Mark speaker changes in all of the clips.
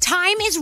Speaker 1: Time is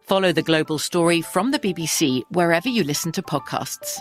Speaker 2: Follow the global story from the BBC wherever you listen to podcasts.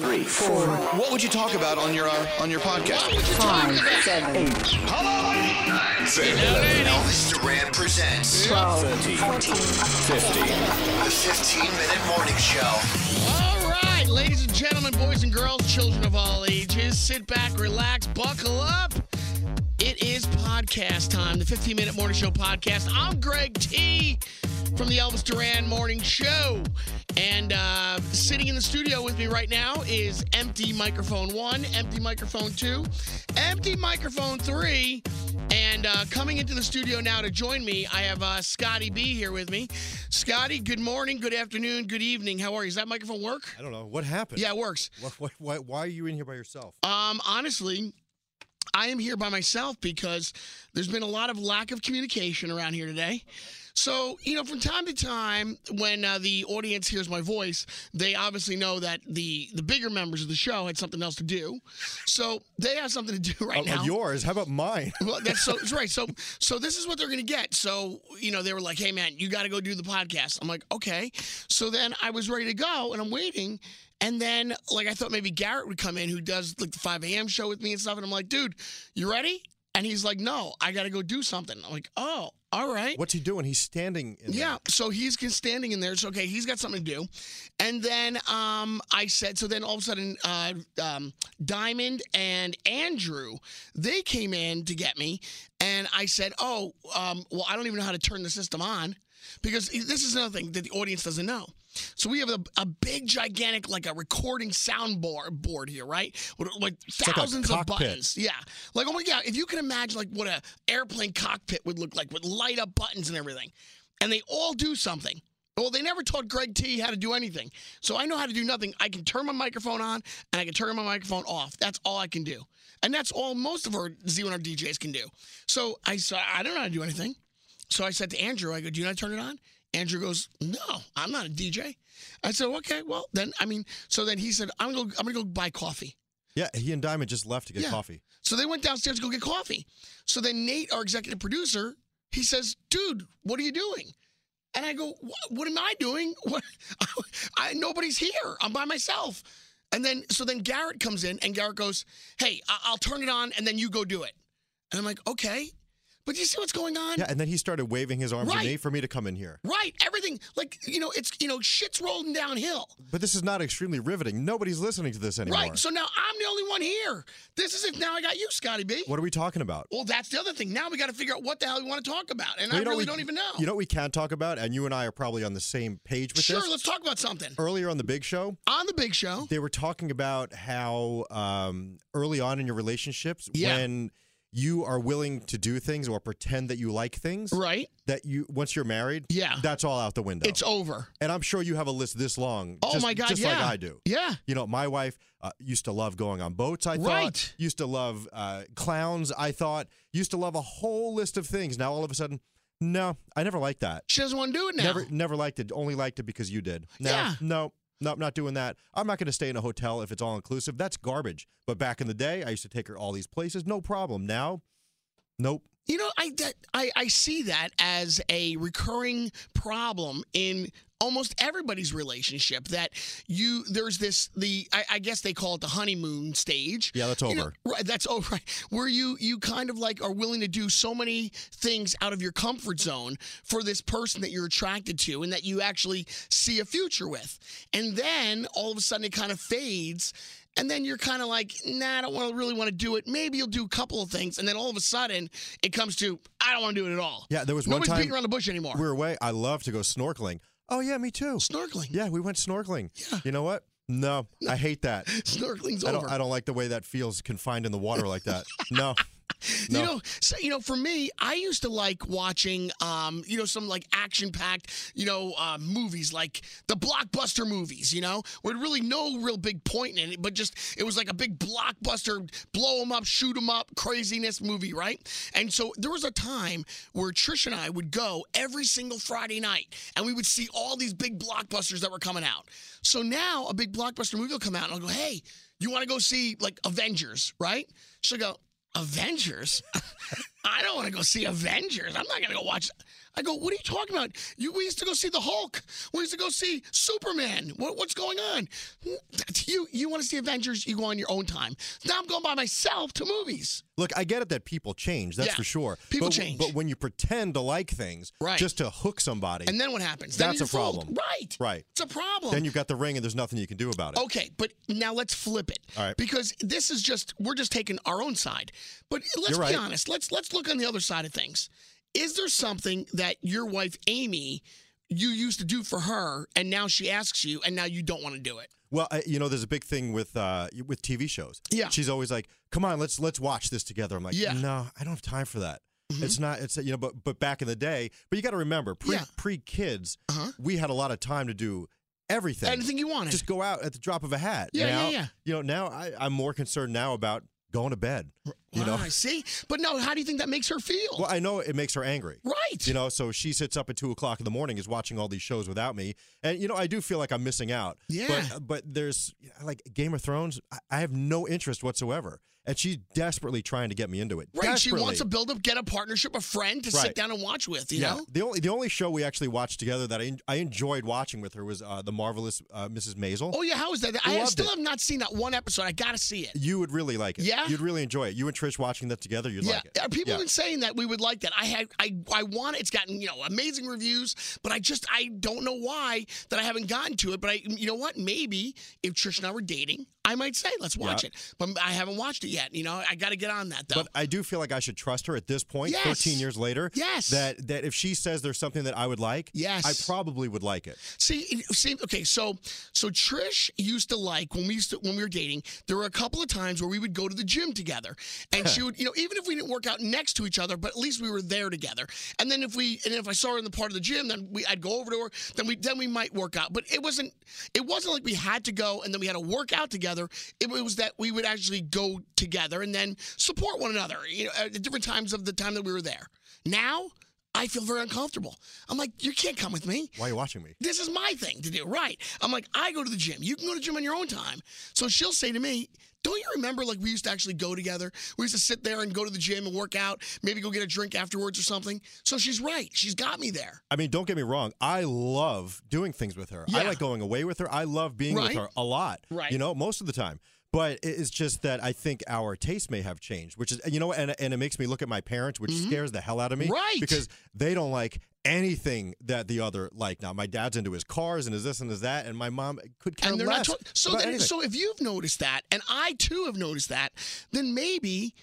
Speaker 3: three, four. What would you talk about on your uh, on your podcast?
Speaker 4: Five, seven, eight.
Speaker 3: Seven,
Speaker 4: Elvis Duran presents 12, 13, 14, 15. The 15 Minute Morning Show.
Speaker 5: All right, ladies and gentlemen, boys and girls, children of all ages, sit back, relax, buckle up. It is podcast time, the 15 Minute Morning Show podcast. I'm Greg T from the Elvis Duran Morning Show. And uh, sitting in the studio with me right now is empty microphone one, empty microphone two, empty microphone three. And uh, coming into the studio now to join me, I have uh, Scotty B here with me. Scotty, good morning, good afternoon, good evening. How are you? Does that microphone work?
Speaker 6: I don't know what happened.
Speaker 5: Yeah, it works.
Speaker 6: Why, why, why, why are you in here by yourself?
Speaker 5: Um, honestly, I am here by myself because there's been a lot of lack of communication around here today. So, you know, from time to time, when uh, the audience hears my voice, they obviously know that the the bigger members of the show had something else to do. So they have something to do right
Speaker 6: Uh,
Speaker 5: now.
Speaker 6: yours? How about mine?
Speaker 5: Well, that's so that's right. So so this is what they're gonna get. So you know they were like, hey man, you got to go do the podcast. I'm like, okay. So then I was ready to go, and I'm waiting. And then like I thought maybe Garrett would come in, who does like the 5 a.m. show with me and stuff. And I'm like, dude, you ready? And he's like, no, I got to go do something. I'm like, oh, all right.
Speaker 6: What's he doing? He's standing. In
Speaker 5: Yeah, so he's con- standing in there. It's okay. He's got something to do, and then um, I said. So then all of a sudden, uh, um, Diamond and Andrew they came in to get me, and I said, "Oh, um, well, I don't even know how to turn the system on because this is another thing that the audience doesn't know. So we have a, a big, gigantic, like a recording sound board, board here, right? With, like
Speaker 6: like a
Speaker 5: thousands of
Speaker 6: cockpit.
Speaker 5: buttons. Yeah. Like, oh my God, if you can imagine like what a airplane cockpit would look like with light up buttons and everything. And they all do something. Well, they never taught Greg T how to do anything. So I know how to do nothing. I can turn my microphone on and I can turn my microphone off. That's all I can do. And that's all most of our Z1R DJs can do. So I said, I don't know how to do anything. So I said to Andrew, I go, Do you know how to turn it on? Andrew goes, No, I'm not a DJ. I said, Okay, well then I mean, so then he said, I'm gonna go, I'm gonna go buy coffee.
Speaker 6: Yeah, he and Diamond just left to get
Speaker 5: Yeah.
Speaker 6: coffee.
Speaker 5: So they went downstairs to go get coffee. So then Nate, our executive producer, he says, "Dude, what are you doing?" And I go, "What, what am I doing? What? I, nobody's here. I'm by myself." And then so then Garrett comes in and Garrett goes, "Hey, I- I'll turn it on and then you go do it." And I'm like, "Okay." But you see what's going on?
Speaker 6: Yeah, and then he started waving his arms
Speaker 5: Right.
Speaker 6: and me for me to come in here.
Speaker 5: Right, everything like you know, it's you know, shit's rolling downhill.
Speaker 6: But this is not extremely riveting. Nobody's listening to this anymore.
Speaker 5: Right, so now I'm the only one here. This is it. Now I got you, Scotty B.
Speaker 6: what are we talking about?
Speaker 5: Well, that's the other thing. Now we got to figure out what the hell we want to talk about, and I
Speaker 6: Well, you know,
Speaker 5: really
Speaker 6: we-
Speaker 5: don't even know.
Speaker 6: You know what we can talk about, and you and I are probably on the same page with
Speaker 5: sure,
Speaker 6: this.
Speaker 5: let's talk about something.
Speaker 6: Earlier on the Big Show,
Speaker 5: On the big show,
Speaker 6: they were talking about how um, early on in your relationships,
Speaker 5: Yeah.
Speaker 6: when you are willing to do things or pretend that you like things,
Speaker 5: right?
Speaker 6: That you once you're married,
Speaker 5: Yeah.
Speaker 6: that's all out the window.
Speaker 5: It's over.
Speaker 6: and I'm sure you have a list this long.
Speaker 5: Oh
Speaker 6: just,
Speaker 5: my God,
Speaker 6: just like
Speaker 5: yeah.
Speaker 6: I do.
Speaker 5: Yeah.
Speaker 6: You know, my wife uh, used to love going on boats. I thought
Speaker 5: Right.
Speaker 6: used to love uh, clowns. I thought used to love a whole list of things. Now all of a sudden, no, I never liked that.
Speaker 5: She doesn't want to do it now.
Speaker 6: Never, never liked it. Only liked it because you did. No,
Speaker 5: Yeah.
Speaker 6: No, no, I'm not doing that. I'm not going to stay in a hotel if it's all inclusive. That's garbage. But back in the day, I used to take her all these places. No problem. Now, nope.
Speaker 5: You know, I, that, I I see that as a recurring problem in almost everybody's relationship. That you there's this the I, I guess they call it the honeymoon stage.
Speaker 6: Yeah, that's
Speaker 5: You know,
Speaker 6: over.
Speaker 5: right, that's over. Right, where you you kind of like are willing to do so many things out of your comfort zone for this person that you're attracted to and that you actually see a future with, and then all of a sudden it kind of fades. And then you're kind of like, nah, I don't want to really want to do it. Maybe you'll do a couple of things, and then all of a sudden it comes to, I don't want to do it at all.
Speaker 6: Yeah, there was
Speaker 5: nobody's
Speaker 6: one time
Speaker 5: beating around the bush anymore.
Speaker 6: we were away. I love to go snorkeling. Oh yeah, me too.
Speaker 5: Snorkeling.
Speaker 6: Yeah, we went snorkeling. You know what? No, I hate that.
Speaker 5: Snorkeling's
Speaker 6: I don't,
Speaker 5: over.
Speaker 6: I don't like the way that feels confined in the water like that. No. No.
Speaker 5: You know, so, you know, for me, I used to like watching, um, you know, some like action-packed, you know, uh, movies like the blockbuster movies. You know, where really no real big point in it, but just it was like a big blockbuster, blow 'em up, shoot 'em up, craziness movie, right? And so there was a time where Trish and I would go every single Friday night, and we would see all these big blockbusters that were coming out. So now a big blockbuster movie will come out, and I'll go, hey. You want to go see like Avengers, right? She'll go, Avengers? I don't want to go see Avengers. I'm not going to go watch. I go, what are you talking about? You, we used to go see the Hulk. We used to go see Superman. What, what's going on? You you want to see Avengers? You go on your own time. Now I'm going by myself to movies.
Speaker 6: Look, I get it that people change. That's
Speaker 5: Yeah.
Speaker 6: for sure.
Speaker 5: People
Speaker 6: but,
Speaker 5: change.
Speaker 6: But when you pretend to like things
Speaker 5: Right.
Speaker 6: just to hook somebody,
Speaker 5: And then what happens? Then
Speaker 6: that's
Speaker 5: you're
Speaker 6: a problem.
Speaker 5: fooled. Right.
Speaker 6: Right.
Speaker 5: It's a problem.
Speaker 6: Then you've got the ring and there's nothing you can do about it.
Speaker 5: Okay, but now let's flip it.
Speaker 6: All right.
Speaker 5: Because this is just we're just taking our own side. But let's
Speaker 6: You're right.
Speaker 5: be honest. Let's let's look on the other side of things. Is there something that your wife Amy you used to do for her and now she asks you and now you don't want to do it?
Speaker 6: Well, I, you know, there's a big thing with uh, with TV shows.
Speaker 5: Yeah.
Speaker 6: she's always like, "Come on, let's let's watch this together." I'm like,
Speaker 5: Yeah. Mm-hmm.
Speaker 6: no, I don't have time for that." It's not. It's you know, but but back in the day, but you got to remember, pre
Speaker 5: Yeah. Uh-huh.
Speaker 6: pre kids, we had a lot of time to do everything,
Speaker 5: Anything you wanted.
Speaker 6: Just go out at the drop of a hat.
Speaker 5: Yeah, yeah,
Speaker 6: Now-
Speaker 5: yeah.
Speaker 6: You know, now I, I'm more concerned now about going to bed. You know,
Speaker 5: I see. But no, how do you think that makes her feel?
Speaker 6: well, I know it makes her angry.
Speaker 5: right.
Speaker 6: You know, so she sits up at two o'clock in the morning, is watching all these shows without me, and you know, I do feel like I'm missing out.
Speaker 5: Yeah.
Speaker 6: But, but there's like Game of Thrones, I- I have no interest whatsoever, and she's desperately trying to get me into it.
Speaker 5: right. She
Speaker 6: Desperately.
Speaker 5: wants to build up, get a partnership, a friend to sit
Speaker 6: Right.
Speaker 5: down and watch with, you
Speaker 6: yeah.
Speaker 5: know?
Speaker 6: The only the only show we actually watched together that I, en- I enjoyed watching with her was uh, the marvelous uh, Mrs. Maisel.
Speaker 5: Oh yeah, how is that? I
Speaker 6: Loved
Speaker 5: still
Speaker 6: it.
Speaker 5: have not seen that one episode. I gotta see it.
Speaker 6: You would really like it.
Speaker 5: Yeah?
Speaker 6: You'd really enjoy it. You and Trish watching that together, you'd
Speaker 5: yeah,
Speaker 6: like it.
Speaker 5: are people
Speaker 6: Yeah.
Speaker 5: been saying that we would like that? I had, I, I want it. It's gotten you know amazing reviews, but I just I don't know why that I haven't gotten to it. But I, you know what? Maybe if Trish and I were dating, I might say let's watch
Speaker 6: Yeah.
Speaker 5: it. But I haven't watched it yet. You know, I got to get on that though.
Speaker 6: But I do feel like I should trust her at this point,
Speaker 5: Yes.
Speaker 6: 13 years later.
Speaker 5: Yes.
Speaker 6: That that if she says there's something that I would like,
Speaker 5: Yes.
Speaker 6: I probably would like it.
Speaker 5: See, see, okay, so so Trish used to like when we used to when we were dating. There were a couple of times where we would go to the gym together, and she would, you know, even if we didn't work out next to each other, but at least we were there together. And then if we and if I saw her in the part of the gym, then we I'd go over to her. Then we then we might work out, but it wasn't it wasn't like we had to go and then we had to work out together. It was that we would actually go together and then support one another. You know, at different times of the time that we were there. Now. I feel very uncomfortable. I'm like, you can't come with me.
Speaker 6: Why are you watching me?
Speaker 5: This is my thing to do, right? I'm like, I go to the gym. You can go to the gym on your own time. So she'll say to me, don't you remember like we used to actually go together? We used to sit there and go to the gym and work out, maybe go get a drink afterwards or something. So she's right. She's got me there.
Speaker 6: I mean, don't get me wrong. I love doing things with her. I
Speaker 5: Yeah.
Speaker 6: like going away with her. I love being
Speaker 5: Right.
Speaker 6: with her a lot.
Speaker 5: Right.
Speaker 6: You know, most of the time. But it- it's just that I think our taste may have changed, which is you know, and and it makes me look at my parents, which scares the hell out of me,
Speaker 5: Mm-hmm. Right.
Speaker 6: Because they don't like anything that the other like. Now, my dad's into his cars and his this and his that, and my mom could care
Speaker 5: And they're
Speaker 6: less
Speaker 5: not talking. So,
Speaker 6: about
Speaker 5: then,
Speaker 6: anything.
Speaker 5: so if you've noticed that, and I too have noticed that, then maybe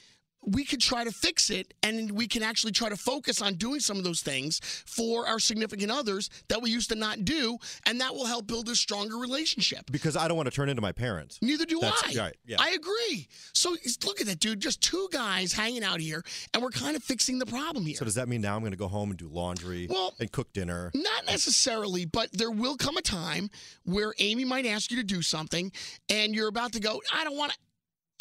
Speaker 5: we could try to fix it and we can actually try to focus on doing some of those things for our significant others that we used to not do. And that will help build a stronger relationship.
Speaker 6: because I don't want to turn into my parents.
Speaker 5: Neither do
Speaker 6: That's-
Speaker 5: I.
Speaker 6: right, yeah.
Speaker 5: I agree. So it's- look at that, dude. Just two guys hanging out here, and we're kind of fixing the problem here.
Speaker 6: So does that mean now I'm going to go home and do laundry
Speaker 5: Well-
Speaker 6: and cook dinner?
Speaker 5: Not necessarily, but there will come a time where Amy might ask you to do something, and you're about to go, I don't want to.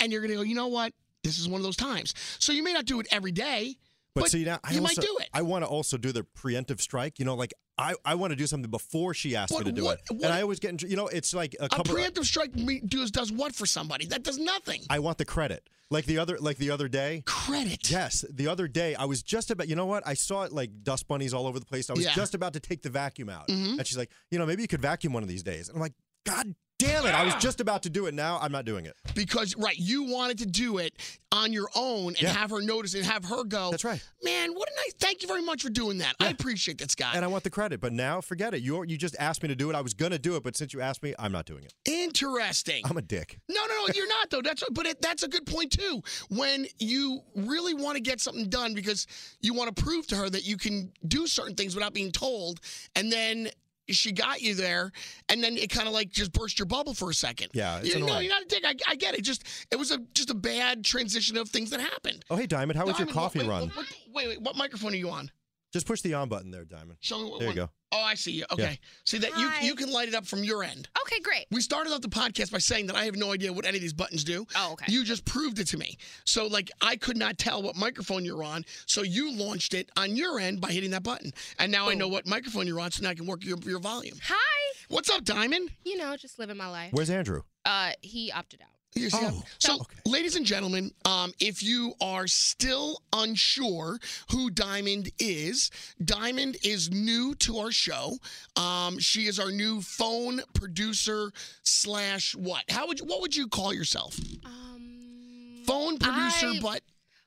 Speaker 5: And you're going to go, you know what? This is one of those times. So you may not do it every day,
Speaker 6: But, see now, I
Speaker 5: you
Speaker 6: also,
Speaker 5: might do it.
Speaker 6: I want to also do the preemptive strike. You know, like I, I want to do something before she asks
Speaker 5: But
Speaker 6: me to do
Speaker 5: what-
Speaker 6: it,
Speaker 5: what-
Speaker 6: and I always get in. tr- You know, it's like a
Speaker 5: A
Speaker 6: couple. of,
Speaker 5: preemptive strike me- does, does what for somebody? That does nothing.
Speaker 6: I want the credit. Like the other, like the other day.
Speaker 5: Credit.
Speaker 6: Yes, the other day I was just about. You know what? I saw it like dust bunnies all over the place. I was
Speaker 5: Yeah. Mm-hmm.
Speaker 6: just about to take the vacuum out, and she's like, you know, maybe you could vacuum one of these days. And I'm like, God damn it! I was just about to do it. Now I'm not doing it.
Speaker 5: Because, right, you wanted to do it on your own and
Speaker 6: Yeah.
Speaker 5: have her notice and have her go,
Speaker 6: That's right.
Speaker 5: Man, what a nice. Thank you very much for doing that. I appreciate that, Scott.
Speaker 6: And I want the credit, but now forget it. You you just asked me to do it. I was gonna do it, but since you asked me, I'm not doing it.
Speaker 5: Interesting.
Speaker 6: I'm a dick.
Speaker 5: no, no, no, you're not though. That's but it, that's a good point too. When you really want to get something done because you want to prove to her that you can do certain things without being told, and then she got you there, and then it kind of like just burst your bubble for a second.
Speaker 6: Yeah, it's
Speaker 5: you, no,
Speaker 6: annoying.
Speaker 5: you're not a dick. I, I get it. Just it was a just a bad transition of things that happened.
Speaker 6: Oh hey, Diamond, how was
Speaker 5: Diamond,
Speaker 6: your coffee
Speaker 5: wait,
Speaker 6: run?
Speaker 5: What, what, wait, wait, what microphone are you on?
Speaker 6: Just push the on button there, Diamond.
Speaker 5: Show me what
Speaker 6: There you
Speaker 5: one-
Speaker 6: go.
Speaker 5: Oh, I see you. Okay. See that
Speaker 7: Hi.
Speaker 5: you you can light it up from your end.
Speaker 7: Okay, great.
Speaker 5: We started off the podcast by saying that I have no idea what any of these buttons do.
Speaker 7: Oh, okay.
Speaker 5: You just proved it to me. So, like, I could not tell what microphone you're on. So, you launched it on your end by hitting that button. And now I know what microphone you're on, so now I can work your, your volume.
Speaker 7: Hi.
Speaker 5: What's up, Diamond?
Speaker 7: You know, just living my life.
Speaker 6: Where's Andrew?
Speaker 7: Uh, he opted out.
Speaker 5: You see
Speaker 6: Oh,
Speaker 5: how- so, ladies and gentlemen, um, if you are still unsure who Diamond is, Diamond is new to our show. Um, she is our new phone producer slash what? How would you, what would you call yourself? Um, phone producer,
Speaker 7: I-
Speaker 5: but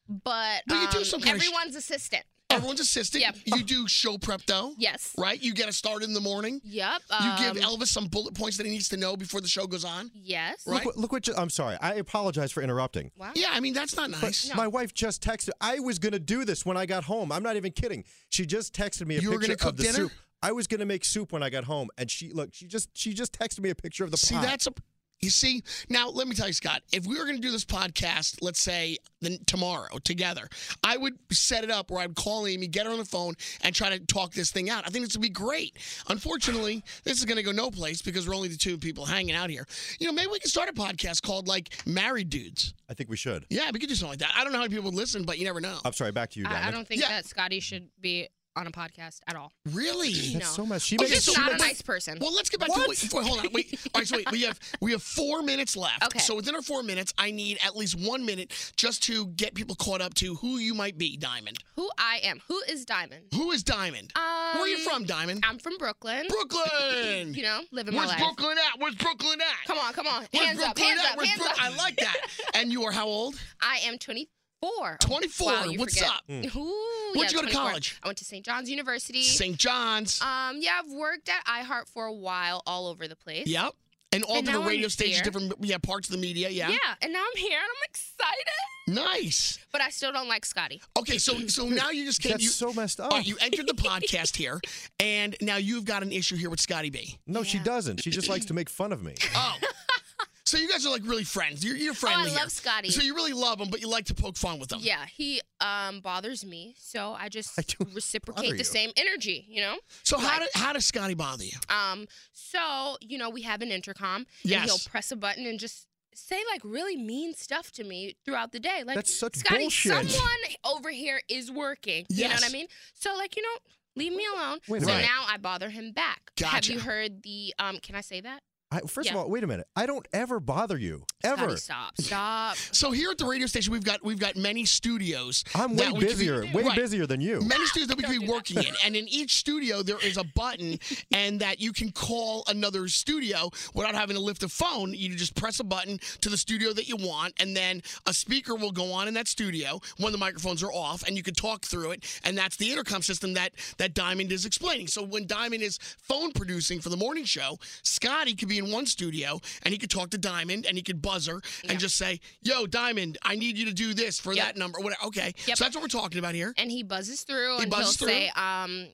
Speaker 7: But,
Speaker 5: But you do
Speaker 7: um,
Speaker 5: some kind of sh-
Speaker 7: everyone's assistant.
Speaker 5: everyone's assistant.
Speaker 7: Oh, Yep.
Speaker 5: You do show prep though,
Speaker 7: Yes.
Speaker 5: right? You get a start in the morning.
Speaker 7: Yep.
Speaker 5: You give
Speaker 7: um,
Speaker 5: Elvis some bullet points that he needs to know before the show goes on.
Speaker 7: Yes.
Speaker 5: Right.
Speaker 6: Look, what- look what ju- I'm sorry. I apologize for interrupting.
Speaker 7: Wow.
Speaker 5: Yeah, I mean that's not
Speaker 6: But
Speaker 5: nice.
Speaker 6: my wife just texted. I was going to do this when I got home. I'm not even kidding. She just texted me a
Speaker 5: You were
Speaker 6: picture
Speaker 5: gonna cook
Speaker 6: of the
Speaker 5: dinner?
Speaker 6: soup. I was going to make soup when I got home, and she look. She just she just texted me a picture of the
Speaker 5: See,
Speaker 6: pot.
Speaker 5: that's a. You see, now let me tell you, Scott. If we were going to do this podcast, let's say the, tomorrow together, I would set it up where I'd call Amy, get her on the phone, and try to talk this thing out. I think this would be great. Unfortunately, this is going to go no place because we're only the two people hanging out here. You know, maybe we could start a podcast called like Married Dudes.
Speaker 6: I think we should.
Speaker 5: Yeah, we could do something like that. I don't know how many people would listen, but you never know.
Speaker 6: I'm sorry. Back to you, Diamond.
Speaker 7: I, I don't think
Speaker 5: Yeah.
Speaker 7: that Scotty should be on a podcast at all.
Speaker 5: Really?
Speaker 6: that's so much. She
Speaker 7: He's
Speaker 6: makes
Speaker 7: just
Speaker 6: she
Speaker 7: not a
Speaker 6: makes-
Speaker 7: nice person.
Speaker 5: Well, let's get back
Speaker 6: What?
Speaker 5: to wait, hold on. Wait. All right, so wait, we have we have four minutes left.
Speaker 7: Okay.
Speaker 5: So within our four minutes, I need at least one minute just to get people caught up to who you might be, Diamond.
Speaker 7: Who I am. Who is Diamond?
Speaker 5: Who is Diamond? Where are you
Speaker 7: Um,
Speaker 5: from, Diamond?
Speaker 7: I'm from Brooklyn.
Speaker 5: Brooklyn.
Speaker 7: You know, living my
Speaker 5: Where's
Speaker 7: life.
Speaker 5: Brooklyn at? Where's Brooklyn at?
Speaker 7: Come on, come on.
Speaker 5: Where's
Speaker 7: hands up,
Speaker 5: Brooklyn
Speaker 7: hands
Speaker 5: at?
Speaker 7: up,
Speaker 5: Where's
Speaker 7: hands
Speaker 5: Brook-
Speaker 7: up.
Speaker 5: I like that. And you are how old?
Speaker 7: I am 24.
Speaker 5: 24,
Speaker 7: Wow, you
Speaker 5: what's
Speaker 7: forget.
Speaker 5: up? Hmm.
Speaker 7: Ooh,
Speaker 5: Where'd you
Speaker 7: yeah,
Speaker 5: go to
Speaker 7: 24.
Speaker 5: college?
Speaker 7: I went to St. John's University.
Speaker 5: St. John's.
Speaker 7: Um, yeah, I've worked at iHeart for a while, all over the place.
Speaker 5: yep. And all
Speaker 7: And
Speaker 5: the
Speaker 7: now I'm
Speaker 5: radio stations,
Speaker 7: here.
Speaker 5: different yeah parts of the media. Yeah.
Speaker 7: and now I'm here and I'm excited.
Speaker 5: Nice.
Speaker 7: But I still don't like Scotty.
Speaker 5: Okay, so so now you just came.
Speaker 6: That's
Speaker 5: you,
Speaker 6: so messed up.
Speaker 5: All right, you entered the podcast here, and now you've got an issue here with Scotty B.
Speaker 6: No, she doesn't. She just likes to make fun of me.
Speaker 5: Oh. So you guys are like really friends. You're, you're friendly.
Speaker 7: Oh, love
Speaker 5: here.
Speaker 7: Scotty.
Speaker 5: So you really love him, but you like to poke fun with him.
Speaker 7: Yeah, he um bothers me, so I just reciprocate
Speaker 5: bother
Speaker 7: the
Speaker 5: you.
Speaker 7: same energy, you know?
Speaker 5: So how do, how does Scotty bother you?
Speaker 7: Um, so you know, we have an intercom.
Speaker 5: Yes.
Speaker 7: And he'll press a button and just say like really mean stuff to me throughout the day. Like
Speaker 6: That's such
Speaker 7: Scotty,
Speaker 6: bullshit."
Speaker 7: someone over here is working. You know
Speaker 6: Yes.
Speaker 7: what I mean? So like you know, leave me alone.
Speaker 6: Wait a
Speaker 7: so
Speaker 6: minute.
Speaker 7: now I bother him back. Have
Speaker 6: Gotcha.
Speaker 7: you heard the? Um, can I say that?
Speaker 6: I, first
Speaker 7: Yeah.
Speaker 6: of all, wait a minute. I don't ever bother you. Ever.
Speaker 7: Scotty, stop, stop.
Speaker 5: So here at the radio station, we've got we've got many studios.
Speaker 6: I'm way
Speaker 5: that we could be-
Speaker 6: busier, way
Speaker 5: Right.
Speaker 6: busier than you.
Speaker 5: Many studios that we could be working in, and in each studio there is a button, and that you can call another studio without having to lift a phone. You just press a button to the studio that you want, and then a speaker will go on in that studio when the microphones are off, and you can talk through it. And that's the intercom system that that Diamond is explaining. So when Diamond is phone producing for the morning show, Scotty could be in one studio, and he could talk to Diamond, and he could buzzer and just say, "Yo, Diamond, I need you to do this for that number." Whatever. Okay, so that's what we're talking about here.
Speaker 7: And he buzzes through
Speaker 5: He
Speaker 7: and
Speaker 5: buzzes
Speaker 7: he'll
Speaker 5: through?
Speaker 7: say, um,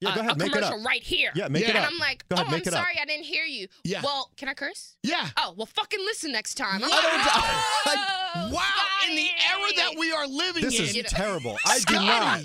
Speaker 5: Yeah,
Speaker 7: uh,
Speaker 5: go ahead,
Speaker 7: a
Speaker 5: make it up.
Speaker 7: commercial right here.
Speaker 5: Yeah, make it
Speaker 7: and
Speaker 5: up.
Speaker 7: I'm like,
Speaker 5: Go ahead,
Speaker 7: oh,
Speaker 5: make
Speaker 7: I'm
Speaker 5: it up.
Speaker 7: sorry, I didn't hear you.
Speaker 5: Yeah.
Speaker 7: Well, can I curse?
Speaker 5: Yeah.
Speaker 7: Oh, well, fucking listen next time.
Speaker 5: I
Speaker 7: I'm like,
Speaker 5: don't-
Speaker 7: "Oh,
Speaker 5: Wow, in the
Speaker 7: Scotty."
Speaker 5: era that we are living
Speaker 6: This
Speaker 5: in.
Speaker 6: is terrible. I do not.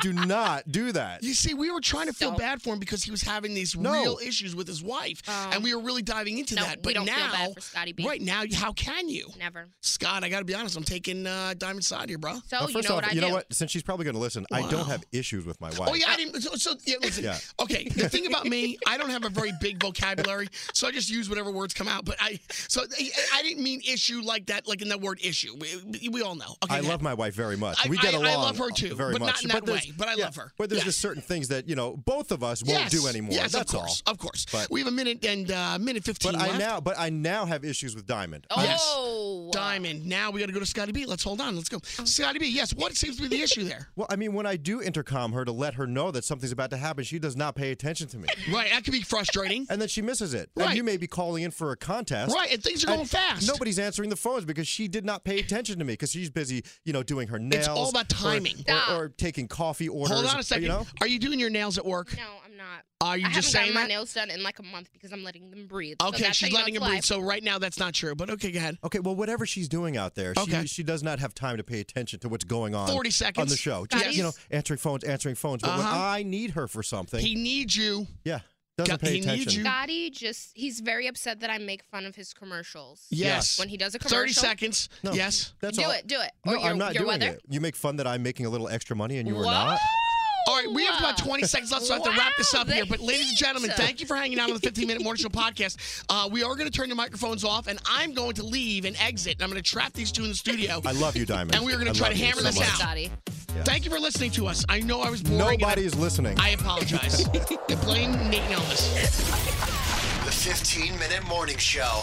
Speaker 6: do not do that.
Speaker 5: You see, we were trying to feel bad for him because he was having these
Speaker 6: No.
Speaker 5: real issues with his wife, and we were really diving into
Speaker 7: Oh. no,
Speaker 5: that.
Speaker 7: we
Speaker 5: But
Speaker 7: don't feel
Speaker 5: now,
Speaker 7: bad for Scotty B.
Speaker 5: right now, how can you?
Speaker 7: Never.
Speaker 5: Scott, I got to be honest. I'm taking uh, Diamond's side here, bro.
Speaker 7: So
Speaker 6: Now, first off, you know what? Since she's probably going to listen, I
Speaker 5: Wow.
Speaker 6: don't have issues with my wife.
Speaker 5: Oh yeah, I didn't. So, so yeah, listen.
Speaker 6: Yeah.
Speaker 5: Okay, the thing about me, I don't have a very big vocabulary, so I just use whatever words come out. But I, so I, I didn't mean issue like that, like in that word issue. We, we all know. Okay,
Speaker 6: I
Speaker 5: go
Speaker 6: love
Speaker 5: ahead.
Speaker 6: my wife very much.
Speaker 5: I-
Speaker 6: we get
Speaker 5: I-
Speaker 6: along.
Speaker 5: I love her too,
Speaker 6: very
Speaker 5: but not
Speaker 6: much.
Speaker 5: in that
Speaker 6: there's-
Speaker 5: way, but I
Speaker 6: yeah,
Speaker 5: love her.
Speaker 6: But there's just certain things that you know both of us won't
Speaker 5: Yes.
Speaker 6: do anymore.
Speaker 5: Yes,
Speaker 6: That's
Speaker 5: of course,
Speaker 6: all.
Speaker 5: of course.
Speaker 6: But-
Speaker 5: we have a minute and uh, minute fifteen.
Speaker 6: But I
Speaker 5: left.
Speaker 6: now, but I now have issues with Diamond.
Speaker 5: Oh, Diamond. Now we got to go to Scotty B. Let's hold on. Let's go.
Speaker 7: Oh.
Speaker 5: Scotty B. Yes. What seems to be the issue there?
Speaker 6: Well, I mean, when I do intercom her to let her know that something's about to happen, she does not pay attention to me.
Speaker 5: Right. That could be frustrating.
Speaker 6: And then she misses it.
Speaker 5: Right.
Speaker 6: And you may be calling in for a contest.
Speaker 5: Right, and things are going fast.
Speaker 6: Nobody's answering the phones because she did not pay attention to me because she's busy, you know, doing her nails.
Speaker 5: It's all about
Speaker 6: or-
Speaker 5: timing.
Speaker 6: Or,
Speaker 5: Stop.
Speaker 6: or taking coffee orders.
Speaker 5: Hold on a second.
Speaker 6: You know?
Speaker 5: Are you doing your nails at work?
Speaker 7: No, I'm not.
Speaker 5: Are you
Speaker 7: I
Speaker 5: just
Speaker 7: haven't
Speaker 5: saying
Speaker 7: gotten my
Speaker 5: that?
Speaker 7: nails done in like a month because I'm letting them breathe. So
Speaker 5: Okay,
Speaker 7: that's how
Speaker 5: she's
Speaker 7: you know
Speaker 5: letting him
Speaker 7: it's
Speaker 5: breathe.
Speaker 7: live.
Speaker 5: So right now, that's not true. But okay, go ahead.
Speaker 6: Okay, well, whatever she's doing out there,
Speaker 5: Okay.
Speaker 6: she, she does not have time to pay attention to what's going on
Speaker 5: 40 seconds.
Speaker 6: on the show.
Speaker 5: Yes.
Speaker 6: Just, you know, answering phones, answering phones. But when
Speaker 5: Uh-huh.
Speaker 6: I need her for something,
Speaker 5: He needs you.
Speaker 6: yeah, doesn't
Speaker 5: Got-
Speaker 6: pay
Speaker 5: he needs
Speaker 6: attention.
Speaker 7: Scotty just, he's very upset that I make fun of his commercials.
Speaker 6: Yes.
Speaker 7: When he does a commercial.
Speaker 5: Thirty seconds. Yes.
Speaker 6: That's
Speaker 7: do
Speaker 6: all.
Speaker 7: it, do it.
Speaker 6: No,
Speaker 7: Or your,
Speaker 6: I'm not
Speaker 7: your
Speaker 6: doing
Speaker 7: weather.
Speaker 6: it. You make fun that I'm making a little extra money and you are not.
Speaker 5: All right, we have about 20 seconds left, so I have to wrap this up here. But, ladies and gentlemen, thank you for hanging out on the 15 Minute Morning Show podcast. Uh, we are going to turn your microphones off, and I'm going to leave and exit. And I'm going to trap these two in the studio.
Speaker 6: I love you, Diamond.
Speaker 5: And we are going
Speaker 6: I
Speaker 5: to try
Speaker 6: love
Speaker 5: to
Speaker 6: you
Speaker 5: hammer
Speaker 6: so
Speaker 5: this
Speaker 6: much.
Speaker 5: out. Thank you for listening to us. I know I was boring. and
Speaker 6: Nobody
Speaker 5: I-
Speaker 6: is listening.
Speaker 5: I apologize. I blame Nate and Elvis.
Speaker 4: The 15 Minute Morning Show.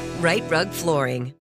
Speaker 8: Right Rug Flooring.